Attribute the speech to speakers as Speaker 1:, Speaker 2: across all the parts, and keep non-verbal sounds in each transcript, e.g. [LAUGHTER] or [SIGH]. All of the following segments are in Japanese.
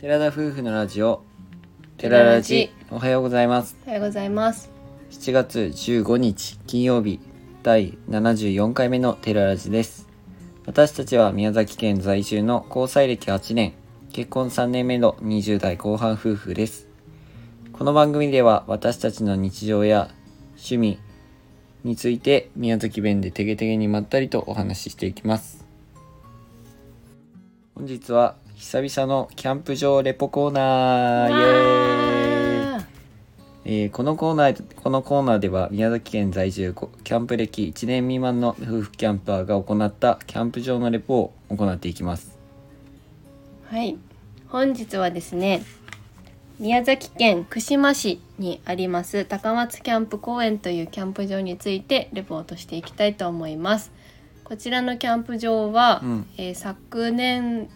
Speaker 1: 寺田夫婦のラジオ
Speaker 2: 寺ラジ
Speaker 1: おはようございます
Speaker 2: おはようございます。
Speaker 1: 7月15日金曜日第74回目のテララジです私たちは宮崎県在住の交際歴8年結婚3年目の20代後半夫婦ですこの番組では私たちの日常や趣味について宮崎弁でてげてげにまったりとお話ししていきます本日は久々のキャンプ場レポコーナーイエーイ
Speaker 2: わー
Speaker 1: えーこのコーナーこのコーナーでは宮崎県在住こキャンプ歴1年未満の夫婦キャンパーが行ったキャンプ場のレポを行っていきます
Speaker 2: はい。本日はですね、宮崎県串間市にあります高松キャンプ公園というキャンプ場についてレポートしていきたいと思います。こちらのキャンプ場は、
Speaker 1: うん
Speaker 2: えー昨年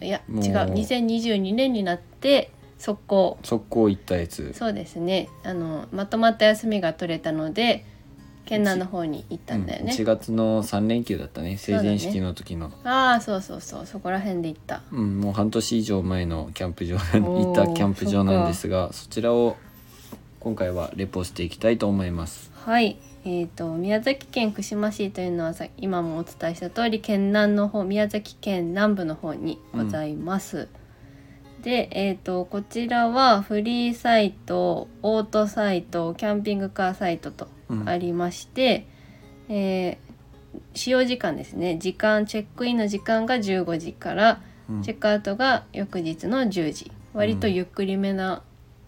Speaker 2: いや違う
Speaker 1: もう
Speaker 2: 2022年になって速攻
Speaker 1: 速攻行ったやつ
Speaker 2: そうですねあのまとまった休みが取れたので県南の方に行ったんだよね
Speaker 1: 1、月の3連休だったね
Speaker 2: そう
Speaker 1: 成
Speaker 2: だね
Speaker 1: 人式の時のう,、
Speaker 2: ああそうそうそうそこら辺で行った
Speaker 1: んもう半年以上前のキャンプ場
Speaker 2: おー
Speaker 1: 行ったキャンプ場なんですがそちらを今回はレポしていきたいと思います
Speaker 2: はい、えー、と宮崎県串間市というのはさ今もお伝えした通り県南の方宮崎県南部の方にございます。で、えー、とこちらはフリーサイトオートサイトキャンピングカーサイトと
Speaker 1: うん
Speaker 2: ありまして、えー使用時間ですね時間チェックインの時間が15時から
Speaker 1: うん
Speaker 2: チェックアウトが翌日の10時割とゆっくりめな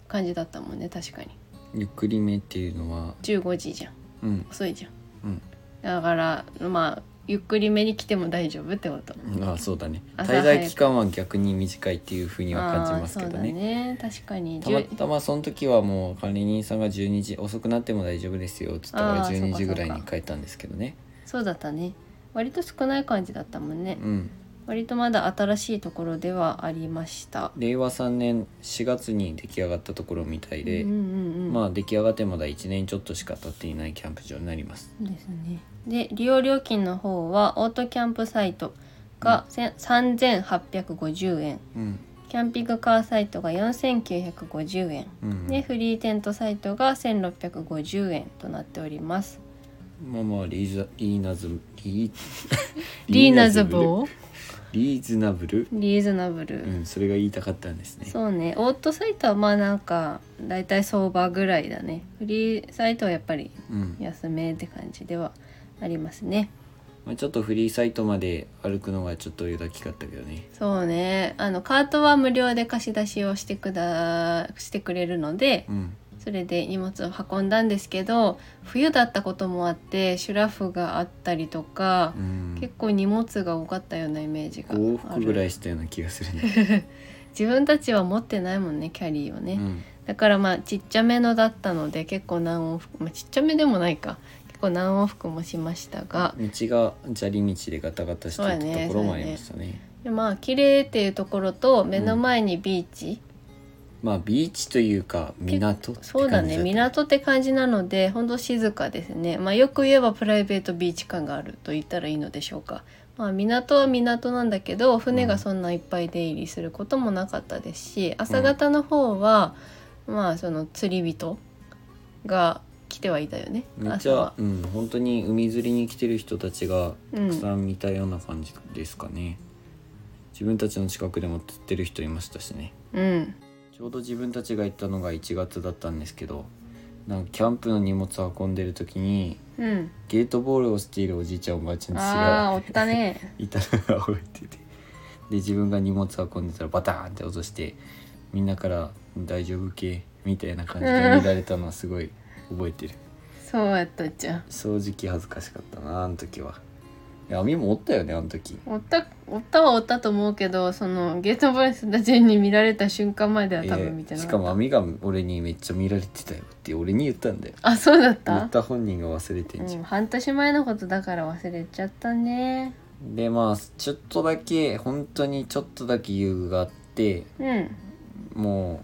Speaker 2: 感じだったもんね確かに
Speaker 1: ゆっくりめっていうのは
Speaker 2: 15時じゃん。
Speaker 1: うん
Speaker 2: 遅いじゃん、
Speaker 1: うん
Speaker 2: だからまあゆっくりめに来ても大丈夫ってこと
Speaker 1: あそうだね
Speaker 2: 朝
Speaker 1: 滞
Speaker 2: 早く
Speaker 1: 在期間は逆に短いっていうふうには感じますけど
Speaker 2: あーそうだね確かに
Speaker 1: たま
Speaker 2: 10
Speaker 1: たまその時はもう管理人さんが12時遅くなっても大丈夫ですよっつったから
Speaker 2: あー
Speaker 1: 12時ぐらい
Speaker 2: そう
Speaker 1: に
Speaker 2: かそう
Speaker 1: 帰ったんですけどね
Speaker 2: そうだったね割と少ない感じだったもんね
Speaker 1: うん
Speaker 2: 割とまだ新しいところではありました
Speaker 1: 令和3年4月に出来上がったところみたいで、
Speaker 2: うんうんうん
Speaker 1: まあ出来上がってまだ1年ちょっとしか経っていないキャンプ場になります
Speaker 2: ですねで利用料金の方はオートキャンプサイトがせん3850円
Speaker 1: うん
Speaker 2: キャンピングカーサイトが4950円
Speaker 1: うん、
Speaker 2: でフリーテントサイトが1650円となっております
Speaker 1: まあまあリーズリーナズリー
Speaker 2: [LAUGHS] リーナズブ
Speaker 1: ル
Speaker 2: ル
Speaker 1: リーズナブル
Speaker 2: リーズナブル、
Speaker 1: うんそれが言いたかったんですね
Speaker 2: そうねオートサイトはまあなんかだいたい相場ぐらいだねフリーサイトはやっぱり
Speaker 1: うん
Speaker 2: 安めって感じではありますね
Speaker 1: まあ、ちょっとフリーサイトまで歩くのがちょっとよだきかったけどね
Speaker 2: そうねあのカートは無料で貸し出しをしてくだしてくれるので
Speaker 1: うん
Speaker 2: それで荷物を運んだんですけど冬だったこともあってシュラフがあったりとか
Speaker 1: う、ん
Speaker 2: 結構荷物が多かったようなイメージがある
Speaker 1: 往復ぐらいしたような気がするね。
Speaker 2: 自分たちは持ってないもんねキャリーをね、
Speaker 1: うん
Speaker 2: だからまあちっちゃめのだったので結構何往復、まあ、ちっちゃめでもないか結構何往復もしましたが
Speaker 1: 道が砂利道でガタガタしていたところもありましたね
Speaker 2: でまあ綺麗っていうところと目の前にビーチ、
Speaker 1: まあビーチというか港って感じ
Speaker 2: そうだね
Speaker 1: った
Speaker 2: 港って感じなのでほんと静かですねまあよく言えばプライベートビーチ感があると言ったらいいのでしょうかまあ港は港なんだけど船がそんないっぱい出入りすることもなかったですし朝方の方は、まあその釣り人が来てはいたよね
Speaker 1: めっち
Speaker 2: 朝は
Speaker 1: ゃ、うん、本当に海釣りに来てる人たちが
Speaker 2: う
Speaker 1: たく
Speaker 2: ん
Speaker 1: さん見たような感じですかね、自分たちの近くでも釣ってる人いましたしね
Speaker 2: うん
Speaker 1: ちょうど自分たちが行ったのが1月だったんですけどなんかキャンプの荷物を運んでる時に
Speaker 2: うん、
Speaker 1: ゲートボールをしているおじいちゃんおばあちゃんたちが
Speaker 2: ああーおったね
Speaker 1: いたのが覚えててで自分が荷物運んでたらバターンって落としてみんなから「大丈夫系?」みたいな感じで見られたのはすごい覚えてる、
Speaker 2: そうやったじゃん
Speaker 1: 正直恥ずかしかったなあの時は網もおったよねあの時
Speaker 2: おったおったはおったと思うけどそのゲートボレスたちに見られた瞬間までは多分見て
Speaker 1: えー
Speaker 2: な
Speaker 1: し
Speaker 2: かった、
Speaker 1: かも網が俺にめっちゃ見られてたよって俺に言ったんだよ
Speaker 2: あそうだっ
Speaker 1: 言
Speaker 2: た
Speaker 1: った本人が忘れてんじゃ
Speaker 2: うんん、、半年前のことだから忘れちゃったね
Speaker 1: でまあちょっとだけ本当にちょっとだけ遊具があって
Speaker 2: うん
Speaker 1: もう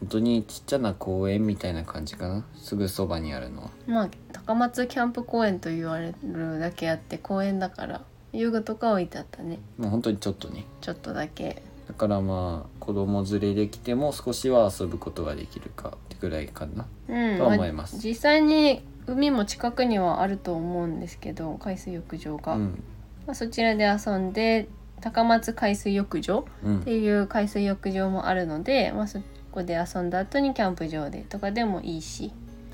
Speaker 1: 本当にちっちゃな公園みたいな感じかなすぐそばにあるのは
Speaker 2: まあ高松キャンプ公園と言われるだけあって公園だから遊具とか置いてあったね
Speaker 1: もう本当にちょっとね
Speaker 2: ちょっとだけ
Speaker 1: からまあ子供連れできても少しは遊ぶことができるかってぐらいかな
Speaker 2: うん
Speaker 1: とは思います
Speaker 2: あ実際に海も近くにはあると思うんですけど海水浴場が、
Speaker 1: うん
Speaker 2: まあ、そちらで遊んで高松海水浴場
Speaker 1: う
Speaker 2: っ
Speaker 1: ん
Speaker 2: ていう海水浴場もあるので、まあ、そこで遊んだ後にキャンプ場でとかでもいいし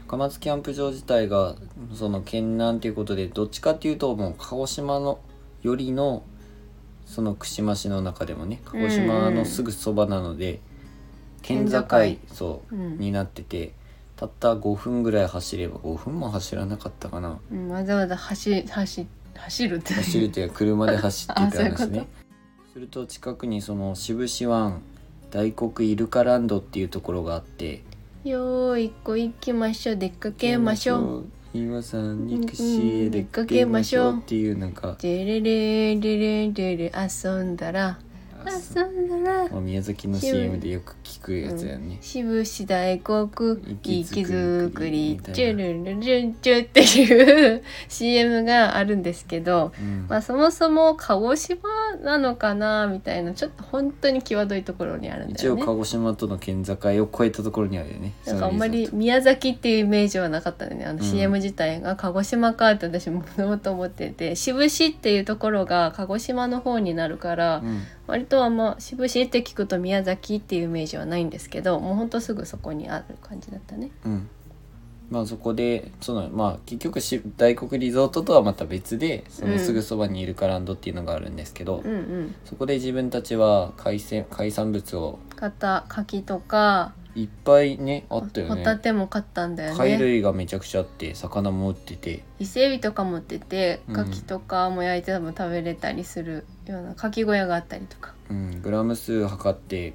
Speaker 1: 高松キャンプ場自体がその県南ということでどっちかっていうともう鹿児島のよりのその串間市の中でもね鹿児島のすぐそばなので、県境
Speaker 2: 県
Speaker 1: そう、
Speaker 2: うん
Speaker 1: になっててたった5分ぐらい走れば5分も走らなかったかな
Speaker 2: うん、わざわざ走走走るって
Speaker 1: 走るというか車で走っていたんで
Speaker 2: あ
Speaker 1: す
Speaker 2: そういう
Speaker 1: ね
Speaker 2: こ
Speaker 1: すると近くにその渋子湾大黒イルカランドっていうところがあって
Speaker 2: よーいこ行きましょう出かけましょう
Speaker 1: 今さん憎し
Speaker 2: う
Speaker 1: へ
Speaker 2: ん
Speaker 1: 出かけましょうっていうなんか
Speaker 2: でれれれれれれ遊んだら遊んだら
Speaker 1: まあ宮崎の CM でよく聞くやつやね、
Speaker 2: 渋し大黒
Speaker 1: 息
Speaker 2: 息
Speaker 1: づ
Speaker 2: づ
Speaker 1: く
Speaker 2: く
Speaker 1: り
Speaker 2: りチュルルルンチュっていう CM があるんですけど、
Speaker 1: うん
Speaker 2: まあ、そもそも鹿児島なのかなみたいなちょっと本当に際どいところにあるんだ
Speaker 1: 一
Speaker 2: よ
Speaker 1: 応
Speaker 2: ね
Speaker 1: 鹿。児島との県境を越えたところにあるよね
Speaker 2: なんかあんまり
Speaker 1: そのリゾート
Speaker 2: 宮崎っていうイメージはなかったんでねあ
Speaker 1: う
Speaker 2: の
Speaker 1: ん
Speaker 2: CM 自体が鹿児島かって私もともと思ってて渋市っていうところが鹿児島の方になるから
Speaker 1: うん
Speaker 2: 割とあんま渋市って聞くと宮崎っていうイメージはないんですけどもうほんとすぐそこにある感じだったね。
Speaker 1: うんまあそこでそのまあ結局し大黒リゾートとはまた別でそのすぐそばにイルカランドっていうのがあるんですけど、
Speaker 2: うんうん、
Speaker 1: そこで自分たちは海鮮海産物を
Speaker 2: 型柿とか
Speaker 1: いっぱいねあったよ
Speaker 2: ホタ
Speaker 1: ね
Speaker 2: テも買ったんだよ
Speaker 1: 貝
Speaker 2: ね
Speaker 1: 類がめちゃくちゃあって魚も売ってて
Speaker 2: 伊勢エビとか持ってて
Speaker 1: うん
Speaker 2: 柿とかも焼いても食べれたりするような柿小屋があったりとか
Speaker 1: うん、グラム数測って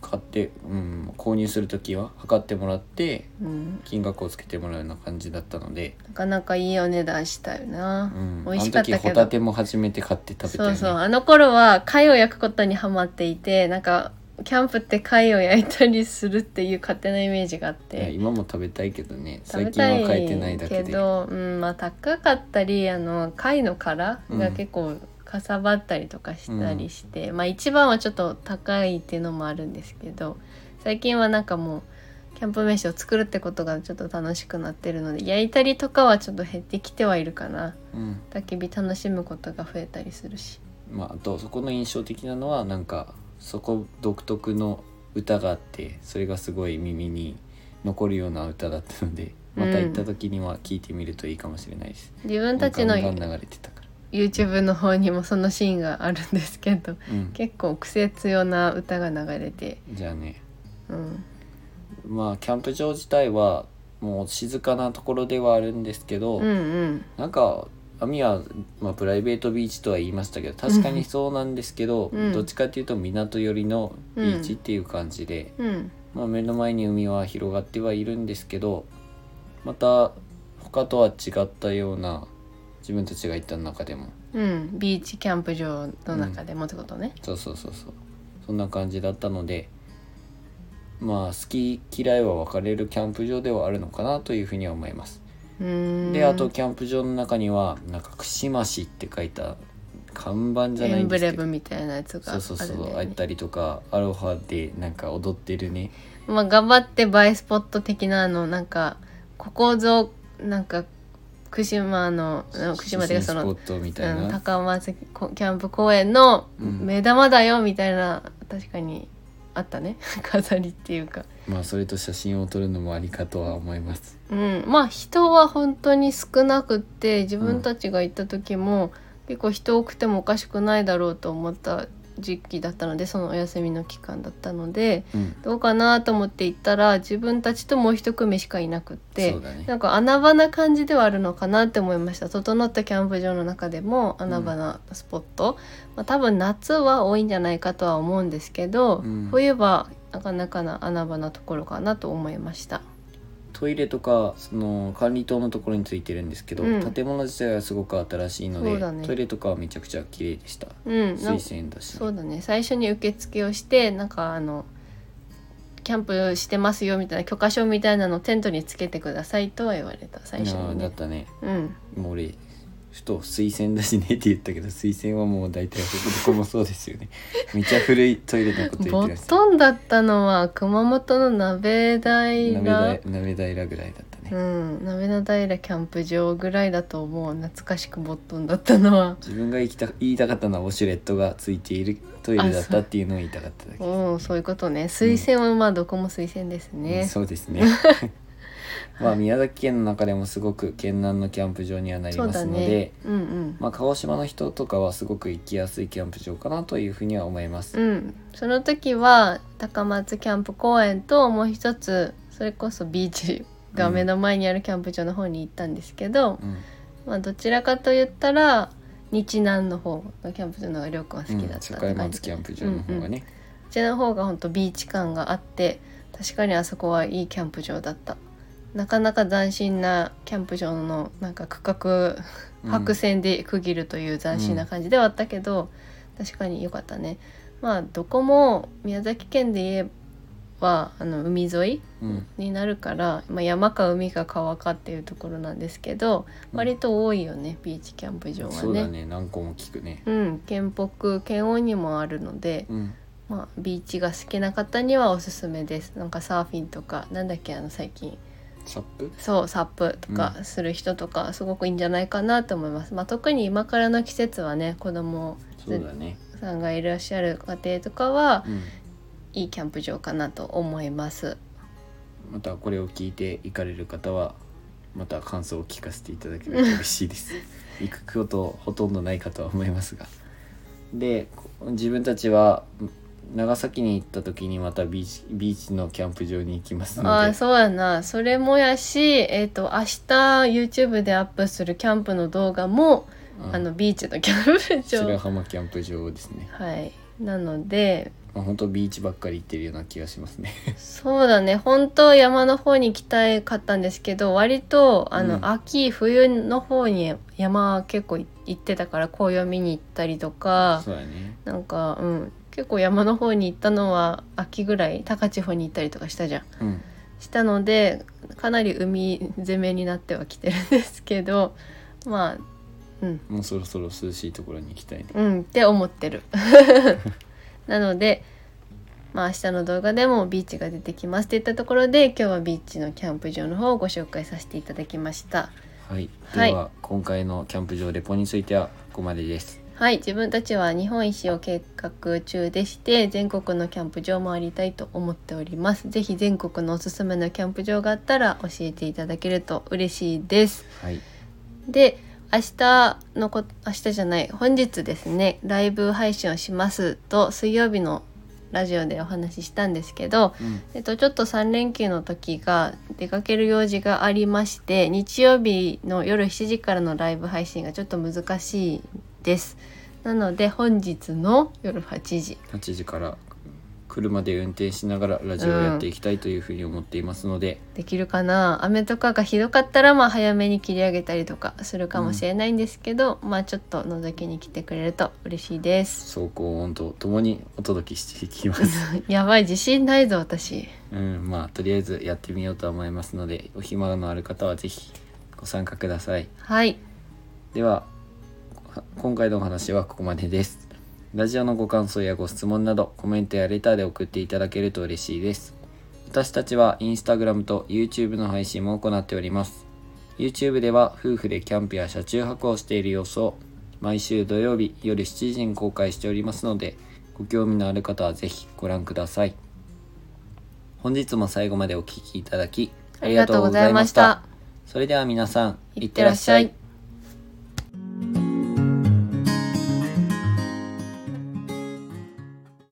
Speaker 1: 買って、うん、購入する時は測ってもらって
Speaker 2: うん
Speaker 1: 金額をつけてもらうような感じだったので、
Speaker 2: なかなかいいお値段したよな、
Speaker 1: うん、
Speaker 2: 美味しかった
Speaker 1: あの時
Speaker 2: け
Speaker 1: ホ
Speaker 2: ど
Speaker 1: タテも初めて買って食べたよ
Speaker 2: そう
Speaker 1: ね
Speaker 2: そうあの頃は貝を焼くことにハマっていてなんかキャンプって貝を焼いたりするっていう勝手なイメージがあっ
Speaker 1: いや
Speaker 2: て
Speaker 1: 今も食べたいけどね
Speaker 2: 食
Speaker 1: 最
Speaker 2: べ
Speaker 1: 近
Speaker 2: た
Speaker 1: は買え
Speaker 2: い
Speaker 1: てないだけ
Speaker 2: け
Speaker 1: で
Speaker 2: ど、うんまあ、高かったりあの貝の殻が結構かさばったりとかしたりして、まあ一番はちょっと高いっていうのもあるんですけど最近はなんかもうキャンプ飯を作るってことがちょっと楽しくなってるので焼いたりとかはちょっと減ってきてはいるかな
Speaker 1: うん
Speaker 2: 焚き火楽しむことが増えたりするし。
Speaker 1: まあ、あとそこの印象的なのはなんかそこ独特の歌があってそれがすごい耳に残るような歌だったのでまた行った時には聴いてみるといいかもしれないです、
Speaker 2: 自分たちの
Speaker 1: ガンガン流れてたから、
Speaker 2: YouTube の方にもそのシーンがあるんですけど
Speaker 1: うん、
Speaker 2: 結構癖強な歌が流れて、
Speaker 1: じゃあね
Speaker 2: うん、
Speaker 1: まあキャンプ場自体はもう静かなところではあるんですけど、
Speaker 2: うんうん
Speaker 1: なんかアミは、まあ、プライベートビーチとは言いましたけど確かにそうなんですけど、
Speaker 2: うん
Speaker 1: どっちかっていうと港寄りのビーチっていう感じで、
Speaker 2: うん
Speaker 1: まあ、目の前に海は広がってはいるんですけどまた他とは違ったような自分たちが行った中でも
Speaker 2: うんビーチキャンプ場の中でもってことね、
Speaker 1: そうそうそうそうそんな感じだったのでまあ好き嫌いは分かれるキャンプ場ではあるのかなというふうには思います。
Speaker 2: うーん
Speaker 1: であとキャンプ場の中にはなんか串間市って書いた看板じゃな
Speaker 2: エ
Speaker 1: いん
Speaker 2: ン
Speaker 1: で
Speaker 2: ブ
Speaker 1: す
Speaker 2: レ
Speaker 1: けど
Speaker 2: ムみたいなやつがあ
Speaker 1: そう
Speaker 2: る
Speaker 1: そうそ
Speaker 2: んだ
Speaker 1: う
Speaker 2: よ
Speaker 1: あっ
Speaker 2: ね
Speaker 1: たりとかアロハでなんか踊ってるね
Speaker 2: まあ頑張って映えスポット的なあのなんかここぞなんか福島のうん福島っていうかそ
Speaker 1: 写真スポッ
Speaker 2: の、
Speaker 1: トみたい
Speaker 2: う
Speaker 1: な、
Speaker 2: ん、高松キャンプ公園の
Speaker 1: うん
Speaker 2: 目玉だよみたいな、確かにあったね [LAUGHS] 飾りっていうか
Speaker 1: まあそれと写真を撮るのもありかとは思います
Speaker 2: うん、まあ人は本当に少なくって自分たちが行った時も、結構人多くてもおかしくないだろうと思った時期だったのでそのお休みの期間だったので
Speaker 1: うん
Speaker 2: どうかなと思って行ったら自分たちともう一組しかいなくって、
Speaker 1: そうだね
Speaker 2: なんか穴場な感じではあるのかなって思いました整ったキャンプ場の中でも穴場なスポット、まあ、多分夏は多いんじゃないかとは思うんですけど、
Speaker 1: うん
Speaker 2: 冬はなかなかな穴場なところかなと思いました。
Speaker 1: トイレとかその管理棟のところについてるんですけど、
Speaker 2: うん
Speaker 1: 建物自体はすごく新しいので
Speaker 2: そう、だね
Speaker 1: トイレとかはめちゃくちゃ綺麗でした
Speaker 2: うん、なん
Speaker 1: 水仙だしね、
Speaker 2: そうだね最初に受付をしてなんかあのキャンプしてますよみたいな許可証みたいなのをテントにつけてくださいとは言われた最初
Speaker 1: いやー
Speaker 2: に、
Speaker 1: だっ
Speaker 2: ね、
Speaker 1: たね
Speaker 2: うん
Speaker 1: もう俺ふと水洗だしねって言ったけど水洗はもう大体どこもそうです
Speaker 2: [LAUGHS]
Speaker 1: よねめちゃ古いトイレのこと言っ
Speaker 2: ボ
Speaker 1: てます
Speaker 2: トンだったのは熊本の鍋平
Speaker 1: 鍋平鍋平ぐらいだったね、
Speaker 2: うん鍋の平キャンプ場ぐらいだと思う懐かしくボットンだった
Speaker 1: [LAUGHS]
Speaker 2: のは
Speaker 1: 自分が言いた言いたかったのはウォシュレットがついているトイレだったっていうのを言いたかっただけ
Speaker 2: おおそういうことね推薦はまあどこも推薦です
Speaker 1: うん
Speaker 2: ね、
Speaker 1: そうです
Speaker 2: [LAUGHS]
Speaker 1: ねまあ宮崎県の中でもすごく県南のキャンプ場にはなり
Speaker 2: そう
Speaker 1: ま
Speaker 2: だ
Speaker 1: すの
Speaker 2: ね
Speaker 1: で、
Speaker 2: うんうん
Speaker 1: まあ、鹿児島の人とかはすごく行きやすいキャンプ場かなというふうには思います、
Speaker 2: うんその時は高松キャンプ公園ともう一つそれこそビーチが目の前にあるキャンプ場の方に行ったんですけど、
Speaker 1: うん
Speaker 2: まあどちらかと言ったら日南の方のキャンプ場の方がりょうくんは好きだったって
Speaker 1: うん、
Speaker 2: 感
Speaker 1: マ
Speaker 2: じ
Speaker 1: キャンプ場の方がね、
Speaker 2: こちらの方が本当ビーチ感があって確かにあそこはいいキャンプ場だったなかなか斬新なキャンプ場のなんか区画
Speaker 1: うん
Speaker 2: 白線で区切るという斬新な感じではあったけど、確かに良かったねまあどこも宮崎県で言えばあの海沿い
Speaker 1: うん
Speaker 2: になるから、まあ、山か海か川かっていうところなんですけど
Speaker 1: うん
Speaker 2: 割と多いよねビーチキャンプ場は
Speaker 1: そうだ
Speaker 2: ね。
Speaker 1: ね何個も聞くね
Speaker 2: うん、県北県央にもあるので、
Speaker 1: うん
Speaker 2: まあ、ビーチが好きな方にはおすすめですなんかサーフィンとかなんだっけあの最近
Speaker 1: サップ
Speaker 2: そうサップとかする人とかすごくいいんじゃないかなと思います、まあ、特に今からの季節はね子供
Speaker 1: そうだね
Speaker 2: さんがいらっしゃる家庭とかは
Speaker 1: うん
Speaker 2: いいキャンプ場かなと思います
Speaker 1: またこれを聞いて行かれる方はまた感想を聞かせていただければ嬉しい
Speaker 2: [LAUGHS]
Speaker 1: です行くことほとんどないかとは思いますがでこ自分たちは長崎に行った時にまたビーチビーチのキャンプ場に行きますの
Speaker 2: ああ
Speaker 1: で
Speaker 2: そうやなそれもやしえっ、と明日 YouTube でアップするキャンプの動画も、
Speaker 1: うん
Speaker 2: あのビーチのキャンプ
Speaker 1: 白
Speaker 2: 場
Speaker 1: 浜キャンプ場ですね、
Speaker 2: はいなので
Speaker 1: まあ、本当ビーチばっかり行ってるような気がしますね
Speaker 2: そうだね本当は山の方に行きたかったんですけど割とあの、
Speaker 1: うん
Speaker 2: 秋冬の方に山結構い行ってたから紅葉見に行ったりとか
Speaker 1: そうだね
Speaker 2: なんかうん結構山の方に行ったのは秋ぐらい高千穂に行ったりとかしたじゃ
Speaker 1: う
Speaker 2: ん。
Speaker 1: ん
Speaker 2: したのでかなり海攻めになってはきてるんですけどまあうん
Speaker 1: もうそろそろ涼しいところに行きたいね
Speaker 2: うんって思ってる [LAUGHS] なのでまあ明日の動画でもビーチが出てきますっていったところで今日はビーチのキャンプ場の方をご紹介させていただきました
Speaker 1: はい、
Speaker 2: はい
Speaker 1: では今回のキャンプ場レポについてはここまでです
Speaker 2: はい自分たちは日本一周を計画中でして全国のキャンプ場を回りたいと思っておりますぜひ全国のおすすめのキャンプ場があったら教えていただけると嬉しいです
Speaker 1: はい
Speaker 2: で明日のこ明日じゃない本日ですねライブ配信をしますと水曜日のラジオでお話ししたんですけど、
Speaker 1: うん
Speaker 2: えっと、ちょっと3連休の時が出かける用事がありまして日曜日の夜7時からのライブ配信がちょっと難しいですなので本日の夜8時
Speaker 1: 8時から車で運転しながらラジオをやっていきたいというふうに思っていますので、
Speaker 2: できるかな雨とかがひどかったらまあ早めに切り上げたりとかするかもしれないんですけど、まあちょっと覗きに来てくれると嬉しいです
Speaker 1: 走行音とともにお届けしていきます、 [LAUGHS]
Speaker 2: やばい自信ないぞ私
Speaker 1: うん、まあとりあえずやってみようと思いますのでお暇のある方はぜひご参加ください
Speaker 2: はい
Speaker 1: ではは今回のお話はここまでですラジオのご感想やご質問などコメントやレターで送っていただけると嬉しいです私たちはインスタグラムと YouTube の配信も行っております YouTube では夫婦でキャンプや車中泊をしている様子を毎週土曜日夜7時に公開しておりますのでご興味のある方はぜひご覧ください本日も最後までお聴きいただきありがとうございましたそれでは皆さん
Speaker 2: いってらっしゃい